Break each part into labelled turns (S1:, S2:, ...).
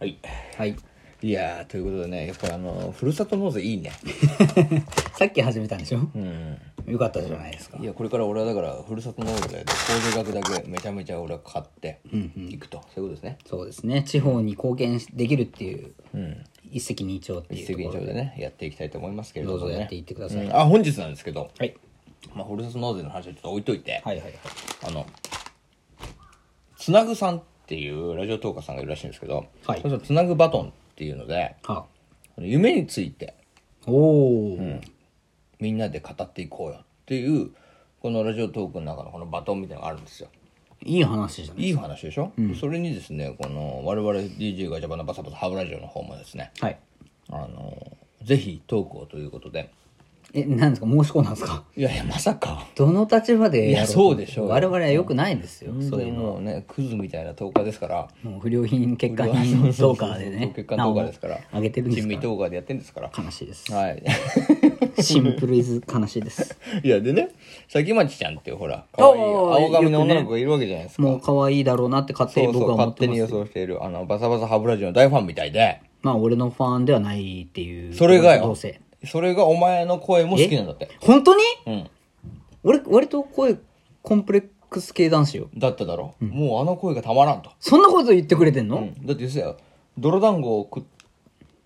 S1: はい
S2: はい。
S1: いやーということでねやっぱあのふるさと納税いいね
S2: さっき始めたんでしょ
S1: うん
S2: よかったじゃないですか。
S1: いやこれから俺はだからふるさと納税で控除額だけめちゃめちゃ俺は買っていくと、そういうことですね
S2: そうですね。地方に貢献しできるっていう、一石二鳥ってい
S1: 一
S2: うと
S1: 石
S2: こ
S1: 二
S2: ろで
S1: 鳥でねやっていきたいと思いますけれど
S2: ど
S1: も
S2: うぞ
S1: ね
S2: やっていってください。
S1: うんあ本日なんですけど、
S2: はい。
S1: まあ、ふるさと納税の話はちょっと置いといて、
S2: はいはいはい。
S1: あのつなぐさんっていうラジオトーカーさんがいるらしいんですけど、
S2: はい
S1: その人つなぐバトンっていうので
S2: は
S1: 夢について
S2: おおー、
S1: みんなで語っていこうよっていうこのラジオトークの中のこのバトンみたいなのがあるんですよ
S2: いい話じゃない
S1: いい話でしょ、それにですねこの我々 DJ ガチャバナバサバサハブラジオの方もですね
S2: はい。
S1: あのぜひ投稿ということで
S2: え、なんですか申し込んだんですか
S1: いやいやまさか
S2: どの立場で
S1: い
S2: や
S1: や
S2: ろうと
S1: そうでしょうよ
S2: 我々は良くないんですよ。そ
S1: そうれ
S2: いうの。
S1: もうねクズみたいな投稿ですから
S2: もう不良品欠陥品評価でね。
S1: 結果投稿ですから
S2: あげてるんです
S1: 珍
S2: か
S1: 味投稿でやってるんですから
S2: ら悲しいです。
S1: はい
S2: シンプルイズ悲しいです。
S1: いやでね先町ちゃんっていうほら可愛い
S2: おー
S1: 青髪の
S2: よくね
S1: 女の子がいるわけじゃないですか、
S2: もう可愛いだろうなって勝手
S1: そ
S2: に
S1: うそう
S2: 僕は思
S1: 勝
S2: って
S1: 手
S2: ま
S1: に
S2: す
S1: 予。想しているあのバサバサハブラジオの大ファンみたいで
S2: まあ俺のファンではないっていう。
S1: それがよ
S2: どうせ。
S1: それがお前の声も好きなんだって
S2: 本当に
S1: うん
S2: 俺、割と声、コンプレックス系男子よ。
S1: だっただろ、もうあの声がたまらんと、
S2: そんなこと言ってくれてんの、
S1: だってさ泥団子を食っ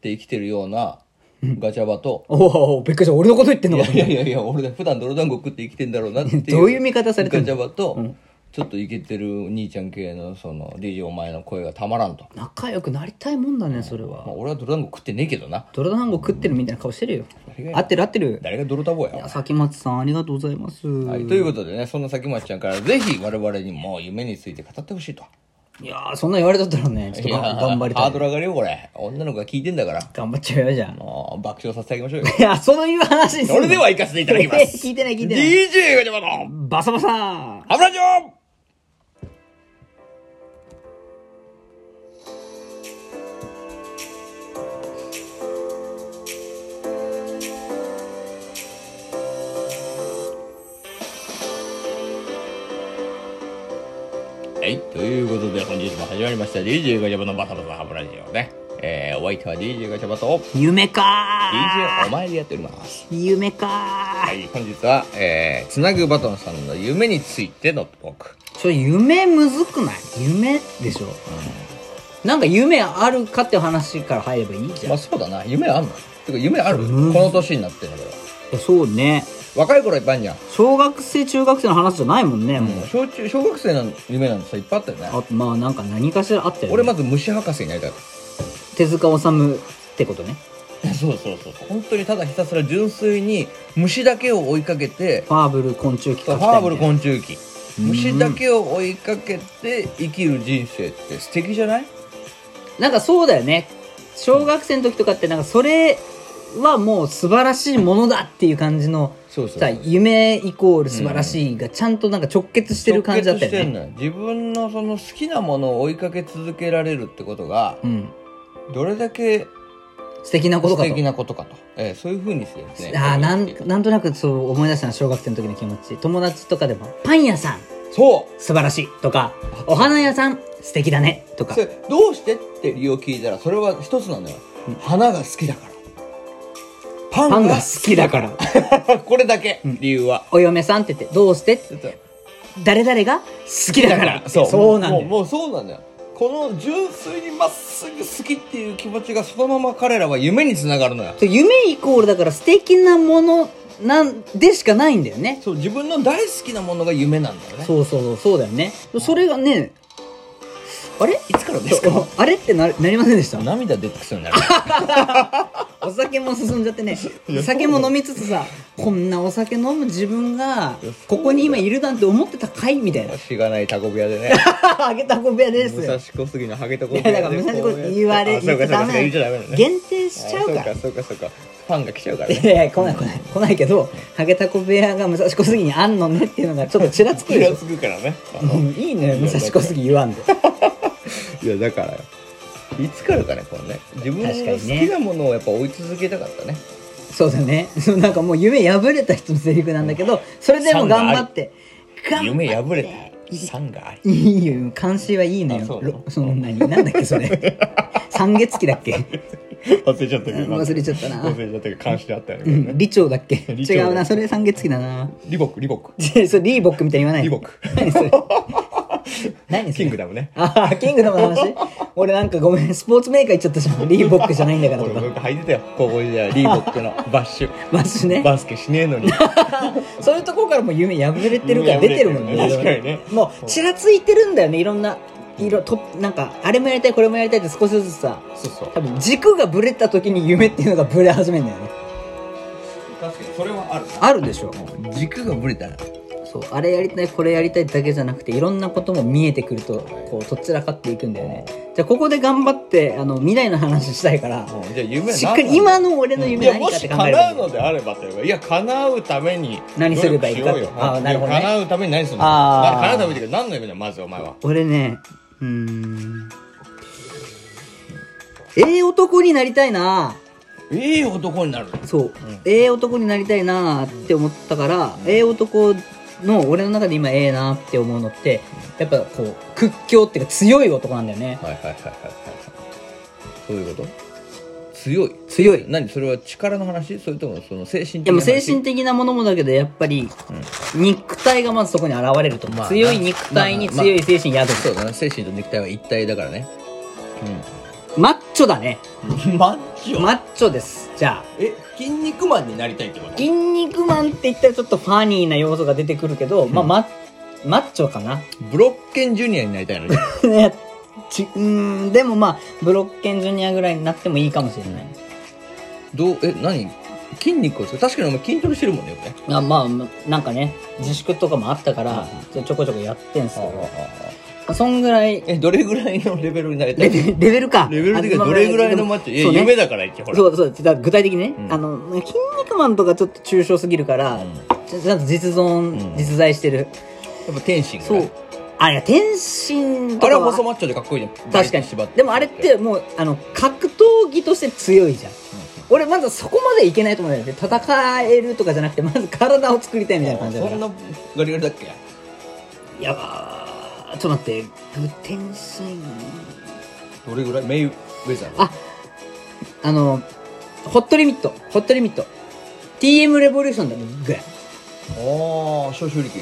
S1: て生きてるようなガチャバと、
S2: おおお、びっくりした。俺のこと言ってんのかと思っ
S1: いやいやいや俺だ普段泥団子食って生きてんだろうなっていう
S2: どういう見方されてん
S1: ガ
S2: の
S1: チャバと、ちょっとイケてる兄ちゃん系のその DJ お前の声がたまらんと、
S2: た仲良くなりたいもんだね、それ
S1: まあ、
S2: は。
S1: 俺は泥団子食ってねえけどな
S2: 泥団子食ってるみたいな顔してるよ
S1: 誰が。や
S2: 合ってる合ってる。
S1: 誰が泥団子
S2: い
S1: や
S2: や、先松さんありがとうございます。
S1: はい、ということでねそんな先町ちゃんからぜひ我々にも夢について語ってほしいと
S2: いやー、そんな言われとったらね、ちょっと
S1: い
S2: が
S1: や
S2: 頑張り
S1: ハ
S2: た
S1: ー
S2: い
S1: ド。ル上がるよこれ女の子が聞いてんだから
S2: 頑張っちゃうよ、じゃあ。
S1: もう爆笑させてあげましょうよ
S2: いや、そういう話
S1: それでは行かせていただきます
S2: 聞いてない聞いてない。
S1: DJ ガチャバの
S2: バサバサ
S1: ハブラジオはい、ということで本日も始まりました DJ ガチャバのバタバタハブラジオね。えー、お相手は DJ ガチャバと DJ
S2: 夢か
S1: お前でやっております。
S2: ー夢か
S1: はい、本日は、えー、つなぐバトンさんの夢についてのトーク。
S2: ーちょ、夢むずくない夢でしょ、なんか夢あるかって話から入ればいいじゃん。
S1: まあそうだな夢あんのてか夢ある、
S2: うん
S1: この年になってんだけど
S2: いやそうね。
S1: 若い頃いっぱいあんじゃん、
S2: 小学生、中学生の話じゃないもんね、もう。
S1: 小中小学生の夢なんてさいっぱいあったよね
S2: あまあなんか何かしらあったよ、ね。
S1: 俺まず虫博士になりたかっ
S2: 手塚治虫ってことね。
S1: たそうそうそうそう本当にただひたすら純粋に虫だけを追いかけて
S2: ファーブル昆虫記
S1: フ
S2: 書きたいみたいな
S1: ァーブル昆虫記
S2: うん
S1: 虫だけを追いかけて生きる人生って素敵じゃない
S2: なんかそうだよね。小学生の時とかってなんかそれはもう素晴らしいものだっていう感じの、
S1: そうそう
S2: さ夢イコール素晴らしいがちゃんとなんか直結してる感じだったよ
S1: 直結してん
S2: ね。
S1: のよ自分のその好きなものを追いかけ続けられるってことが
S2: うん。
S1: どれだけ
S2: 素敵なこと
S1: 素
S2: かと。
S1: 敵なことかと、ええそういうふうにしてですね
S2: ああ、なん、なんとなくそう思い出したの小学生の時の気持ち。友達とかでも、パン屋さん、
S1: そう
S2: 素晴らしいとか、お花屋さん、素敵だねとか
S1: そ。れどうしてって理由を聞いたらそれは一つなのよ、花が好きだからパン
S2: パン
S1: が
S2: が好きだから。
S1: これだけ、理由は
S2: お嫁さんって言って、どうして
S1: ちょっと
S2: 誰々が好きだから。
S1: そう
S2: そうなんだ
S1: もう
S2: よ。
S1: もうそうなんだよこの純粋にまっすぐ好きっていう気持ちがそのまま彼らは夢につながるのよ
S2: そう夢イコールだから素敵なものなんでしかないんだよね。
S1: そう自分の大好きなものが夢なんだよね
S2: そうそうそう、そうだよね。それがね、あれ
S1: いつからですか
S2: あれってななりませんでした
S1: 涙出てきそうになる
S2: お酒も進んじゃってね酒も飲みつつさこんなお酒飲む自分がここに今いるなんて思ってたかい みたいな
S1: しがないタコ部屋でね
S2: あげたこ部屋です
S1: 武
S2: よ
S1: 蔵小杉のハゲタコ
S2: い
S1: 部
S2: や
S1: 屋で
S2: だから武蔵小杉言われ
S1: あそう
S2: 言っ
S1: か
S2: ちゃ
S1: そうかそ
S2: ダ
S1: うか言
S2: メ
S1: っちゃダメだね
S2: 限定しちゃうから
S1: あそうかそうかそうかファンが来ちゃうからね
S2: いやいや来ない来ない来ないけどハゲタコ部屋が武蔵小杉にあんのねっていうのがちょっとちらつく
S1: 気
S2: でし
S1: が
S2: ょ
S1: つくからね
S2: うんいいね武蔵小杉言わんで
S1: いやだからよいつからかねこのね自分の
S2: 確か
S1: 好
S2: にね
S1: きなものをやっぱ追い続けたかったね
S2: そうだね そうなんかもう夢破れた人のセリフなんだけどそれでも頑張って頑張っ
S1: 夢破れた3があり
S2: いいよ、監視はいいの
S1: あそ
S2: よ
S1: うなの。
S2: ろその何、なんだっけそれ。三月期だっけ
S1: 忘れちゃったけどな
S2: 忘れちゃったな
S1: 忘れちゃったけど監視であったよ
S2: う
S1: ね
S2: ん理長だっけ
S1: 理長だ
S2: 違うなそれ三月期だな
S1: リボックリボック
S2: それリーボックみたいに言わない
S1: リボック
S2: 何それ何そ
S1: キ
S2: れ
S1: ングダムね
S2: ああキングダムの話俺なんかごめんスポーツメーカー行っちゃったじゃんリーボックじゃないんだから
S1: 俺
S2: と
S1: も
S2: か
S1: よく履いてたよ高校時代リーボックのバッシュ
S2: マジ ね
S1: バスケしねえ のに
S2: そういうところからもう夢破れてるから出てるもんね
S1: 夢破れてるね確かにね
S2: もうちらついてるんだよねいろんな色となんかあれもやりたいこれもやりたいって少しずつさ
S1: そうそう
S2: 多分軸がブレた時に夢っていうのがブレ始めるんだよね
S1: 確かにそれはある
S2: あるでしょ
S1: 軸がぶれたら
S2: そうあれやりたいこれやりたいだけじゃなくていろんなことも見えてくるとこうとっちらかっていくんだよねじゃあここで頑張ってあの未来の話したいから
S1: うんじゃあ夢は
S2: しっかり
S1: 何な
S2: 今
S1: んだ
S2: の俺の
S1: い
S2: 夢
S1: や
S2: 何
S1: も
S2: かっ
S1: し
S2: て考える
S1: 叶うのであればというかいや叶うために
S2: 何すればいいか
S1: 努力しようよ
S2: あーなるほどね
S1: いや叶うために何するの
S2: あー
S1: な叶うためにっていうか何の夢だよまずお前は
S2: 俺ねうーんええ男になりたいな
S1: ええ男になる
S2: そう、ええ男になりたいなって思ったから、ええ男の俺の中で今ええなって思うのってやっぱこう屈強っていうか強い男なんだよね
S1: はいはいはいはいはいそういうこと強い
S2: 強い
S1: 何それは力の話それともその精神的
S2: でもう精神的なものもだけどやっぱり肉体がまずそこに現れると、
S1: まあ
S2: 強い肉体に強い精神宿る、
S1: そうだな精神と肉体は一体だからね
S2: マッチョだね
S1: うんマッチョ
S2: マッチョですじゃあ
S1: え筋肉マンになりたいってこと
S2: 筋肉マンって言ったらちょっとファニーな要素が出てくるけど、まあマッマッチョかな
S1: ブロッケンジュニアになりたいのね
S2: ねちうーんでもまあブロッケンジュニアぐらいになってもいいかもしれない、
S1: どうえ何筋肉を使う確かにお前筋トレしてるもんねよくね
S2: あまあなんかね自粛とかもあったから、ちょちょこちょこやってんすけど、そんぐらい
S1: えどれぐらいのレベルになりた
S2: レ
S1: い
S2: ベレベルか
S1: レベル的に
S2: あ
S1: はどれぐらいのマッチョい
S2: そ
S1: や
S2: うね
S1: 夢だから一応ほら
S2: そうそうだから具体的にね、
S1: うん
S2: あの「筋肉マン」とかちょっと抽象すぎるから、
S1: ん
S2: ちゃちゃんと実存、
S1: うん
S2: 実在してる
S1: やっぱ天心が
S2: そうあいや天心と
S1: あれ
S2: か
S1: は細マッチョでかっこいいじゃん
S2: 確かに
S1: 縛て
S2: でもあれってもうあの格闘技として強いじゃん、俺まずそこまでいけないと思うんだよね戦えるとかじゃなくてまず体を作りたいみたいな感じだ
S1: そ
S2: から
S1: んなガリガリだっけ
S2: いやばーちょっと待って天心
S1: どれぐらいメイウェザー
S2: ああのホットリミットホットリミット TM レボリューションだねぐらい
S1: ああ消臭力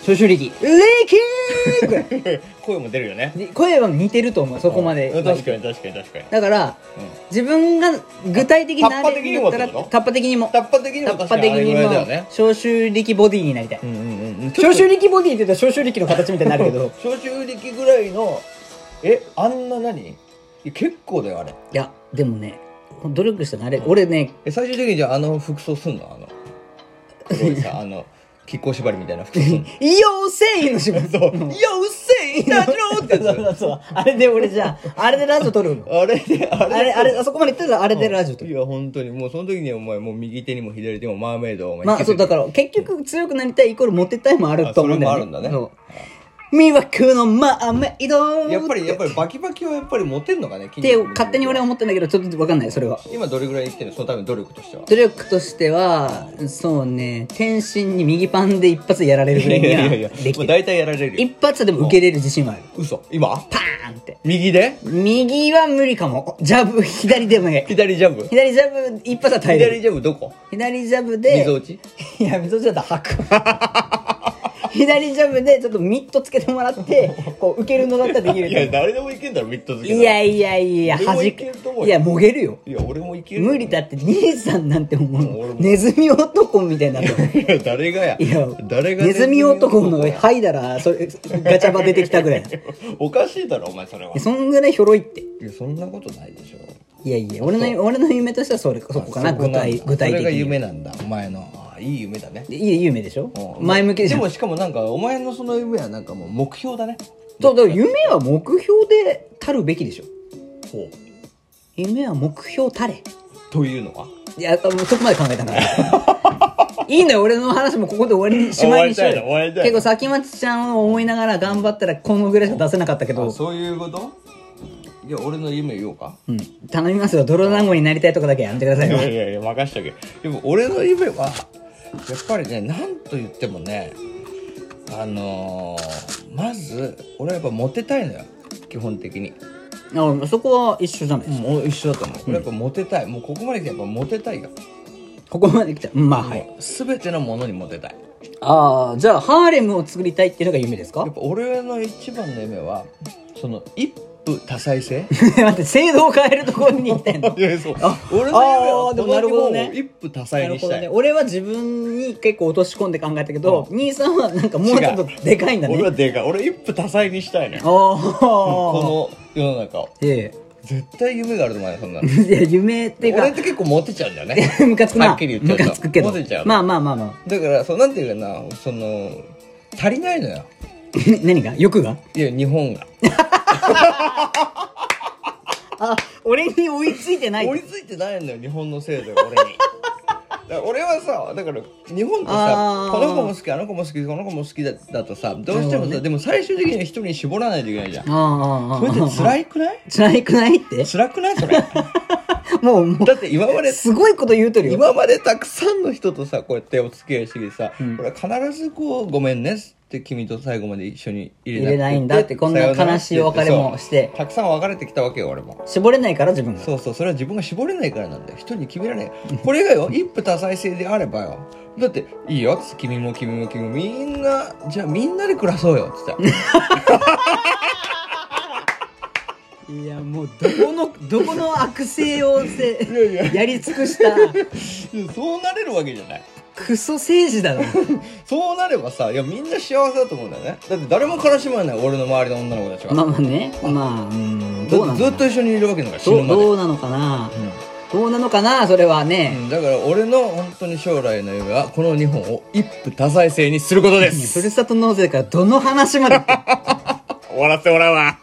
S2: 初手力レキーぐらい
S1: 声も出るよね
S2: で声は似てると思うそこまで、
S1: うん確かに確かに確かに
S2: だから、
S1: うん
S2: 自分が具体的になれるんだったら
S1: タッパ的にもってこと
S2: タッパ的に
S1: タ
S2: も
S1: ッパ的にも確かにあれぐらいだよね
S2: 消臭力ボディになりたい
S1: うんうんうん
S2: 消臭力ボディって言ったら消臭力の形みたいになるけ ど
S1: 消臭力ぐらいのえあんな何いや結構だよあれ
S2: いやでもね努力したらなれる俺ね
S1: え最終的にじゃああの服装すんのあの黒いさあの亀甲縛りみたいな服装すんの
S2: 「よせい!」の仕事
S1: そう「よっせいだろ!」って
S2: そうそ
S1: や
S2: うそうあれで俺じゃああれでラジオ撮るの
S1: つあれであ
S2: あ
S1: れ
S2: れあれあそこまで行ったらあれでラジオ撮
S1: い
S2: る
S1: や本当にもうその時にお前もう右手にも左手にもマーメイドをお前
S2: まあそうだからら結局強くなりたいイコールモテたいもあると思うんだよ、ね、
S1: あそれもあるんだね
S2: そう魅惑のマーメイド
S1: やっぱりやっぱりバキバキはやっぱりモテんのかねっ
S2: って勝手に俺は思ったんだけどちょっと分かんないそれは
S1: 今どれぐらい生きてるのそのための努力としては
S2: 努力としてはそうね天心に右パンで一発やられるぐらいに
S1: も
S2: はでき
S1: う
S2: てる
S1: 大体やられるよ
S2: 一発はでも受けれる自信はある
S1: 嘘今
S2: パーンって
S1: 右で
S2: 右は無理かもジャブ左でもいい
S1: 左ジャブ
S2: 左ジャブ一発は耐えれ
S1: 左
S2: る
S1: ジャブどこ
S2: 左ジャブ
S1: み
S2: で
S1: ぞおち
S2: いや溝ちだったら吐く 左ジャブでちょっとミットつけてもらってこう受けるのだったらできる
S1: いや誰でもいけんだろミッド付け
S2: いやいやいや
S1: 俺も
S2: 弾
S1: いけると思うよ
S2: くいやもげるよ
S1: いや俺もいける
S2: 無理だって兄さんなんて
S1: 俺
S2: も
S1: も
S2: うネズミ男みたいになってる
S1: いや 誰がや
S2: いや
S1: 誰が
S2: ネズミ男の
S1: や
S2: 剥いだらそれガチャバ出てきたぐらい
S1: おかしいだろお前それはい
S2: そんぐらいひょろいって
S1: いやそんなことないでしょ
S2: いやいや俺の俺の夢としてはそれそこかな
S1: あそ
S2: 具
S1: んだ
S2: 体具体
S1: それが
S2: 的に
S1: 夢なんだお前のああいい夢だ ね
S2: いい夢でしょ
S1: うん
S2: 前向きでし
S1: で
S2: ょ
S1: もしかもなんかお前のその夢はなんかもう目標だね
S2: そうだから夢は目標でたるべきでしょ
S1: ほう
S2: 夢は目標たれ
S1: というのはい
S2: や、もうそこまで考えたから。 いいんだよ、俺の話もここで終わりにしまいにしようよ
S1: 終わりたいの終わ
S2: 結
S1: りたいの
S2: 構、先町ちゃんを思いながら頑張ったら、このぐらいしか出せなかったけ
S1: あ
S2: ど、
S1: そういうこといや俺の夢言おうか
S2: うん、頼みますよ、泥団子になりたいとかだけやめてください
S1: いや
S2: ね。
S1: いやいや任しとけでも俺の夢はやっぱりねなんと言ってもねあのーまず俺はやっぱモテたいのよ基本的に
S2: あそこは一緒じゃないですか、
S1: もう一緒だと思う。やっぱモテたい。もうここまで来てやっぱモテたいが。
S2: ここまで来たうんまあはい、
S1: すべてのものにモテたい。
S2: ああじゃあハーレムを作りたいっていうのが夢ですか
S1: やっぱ俺の一番の夢は、その一夫多妻制
S2: 待って制度を変えるところに行きた いの
S1: いやそう
S2: あ
S1: 俺の夢
S2: あ
S1: は
S2: ーでも
S1: この
S2: なるほどね
S1: 日本を一夫多妻
S2: なる
S1: に
S2: ほ
S1: し
S2: ど
S1: た
S2: ね
S1: い。
S2: 俺は自分に結構落とし込んで考えたけど、兄さんはなんかもうちょっとでかいんだ
S1: 俺
S2: ね
S1: はでかい。俺一夫多妻にしたいのよ。
S2: ああ
S1: この世の中を。
S2: え
S1: 絶対夢があると思うよ、そんなの。
S2: えい や夢っていうか
S1: 俺って結構モテちゃうんだよね。
S2: ムカつくな
S1: はっきり言っ
S2: ム
S1: ちゃうと
S2: カつくけど
S1: モテちゃう
S2: まあまあまあ まあ
S1: だからそうなんていうかなその足りないのよ
S2: 何が欲が
S1: いや日本が
S2: あ俺に追いついてな
S1: 追い
S2: い
S1: ついてないのよ日本の制度 が俺にだから俺はさだから日本って
S2: あ
S1: さ
S2: ー
S1: この子も好きあの子も好きこの子も好きだだとさどうしてもさ、
S2: なるほどね
S1: でも最終的には一人に絞らないといけないじゃん
S2: あああ
S1: それって
S2: あああ
S1: 辛いくない
S2: 辛いくないって
S1: 辛くないそ れだ
S2: もうも
S1: って今ま
S2: う
S1: です
S2: ごいこと言うとるよ
S1: 今までたくさんの人とさこうやってお付き合いしてきてさ、
S2: うん
S1: これ必ずこう「ごめんね」って君と最後まで一緒に入れ
S2: 入れないんだってこんな
S1: さよら
S2: 悲しいお別れもして
S1: そうたくさん別れてきたわけよ俺も
S2: 絞れないから自分が
S1: そうそうそれは自分が絞れないからなんだよ人に決められないこれが よ一夫多妻制であればよだっていいよ君も君も君もみんなじゃあみんなで暮らそうよっつったら
S2: いやもうどこの どこの悪性をせ
S1: いやいや
S2: やり尽くした
S1: いやそうなれるわけじゃない
S2: クソ政治 だな
S1: そうなればさいやみんな幸せだと思うんだよねだって誰も悲しまない俺の周りの女の子たちは、
S2: まあまあねまあうんどう
S1: だ
S2: な
S1: っ
S2: の
S1: て
S2: か
S1: ずっと一緒にいるわけだから死
S2: な
S1: ぬ
S2: ど
S1: まで
S2: どうなのかなどうなのかなそれは
S1: う
S2: ね
S1: ん、だから俺の本当に将来の夢はこの日本を一夫多妻制にすることで
S2: ふ
S1: す
S2: るさと納税からどの話まで
S1: 終わらせてもらうわ